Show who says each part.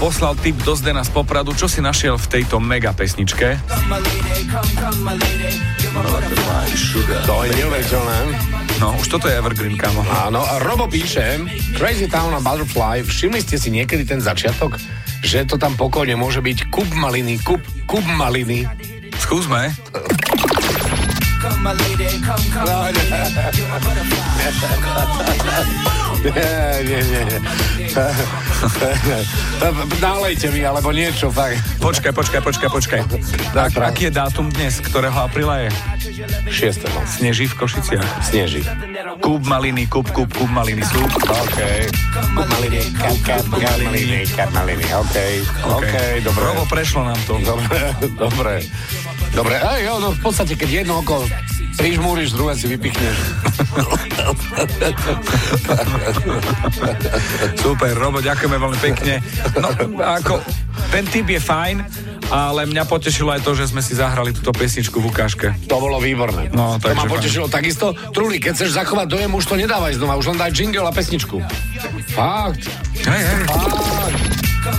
Speaker 1: poslal tip do Zdena z Popradu, čo si našiel v tejto mega pesničke.
Speaker 2: To je neuveriteľné.
Speaker 1: No, už toto je Evergreen, kamo.
Speaker 2: Áno, a Robo píše, Crazy Town a Butterfly, všimli ste si niekedy ten začiatok? Že to tam pokojne môže byť kup maliny, kup, kup maliny.
Speaker 1: Skúsme.
Speaker 2: Nie, nie, nie. nie. Nálejte mi, alebo niečo, fakt.
Speaker 1: Počkaj, počkaj, počkaj, počkaj.
Speaker 2: Tak, tak.
Speaker 1: Aký je dátum dnes, ktorého apríla je?
Speaker 2: 6. no.
Speaker 1: Sneží v Košiciach.
Speaker 2: Sneží.
Speaker 1: Kúp maliny, kúp, kúp, kúp maliny, sú.
Speaker 2: OK. Kup maliny, kap, kap, kup maliny, kap maliny. OK. OK, dobre.
Speaker 1: Robo, prešlo nám to.
Speaker 2: Dobre, dobre. Dobre, aj jo, no v podstate, keď jedno oko prižmúriš, druhé si vypichneš.
Speaker 1: Super, Robo, ďakujeme veľmi pekne. No, ako, ten tip je fajn, ale mňa potešilo aj to, že sme si zahrali túto pesničku v ukážke.
Speaker 2: To bolo výborné.
Speaker 1: No,
Speaker 2: to ma
Speaker 1: takže fajn.
Speaker 2: potešilo takisto. Truli, keď chceš zachovať dojem, už to nedávaj znova, už len daj jingle a pesničku. Fakt.
Speaker 1: Hej, hej.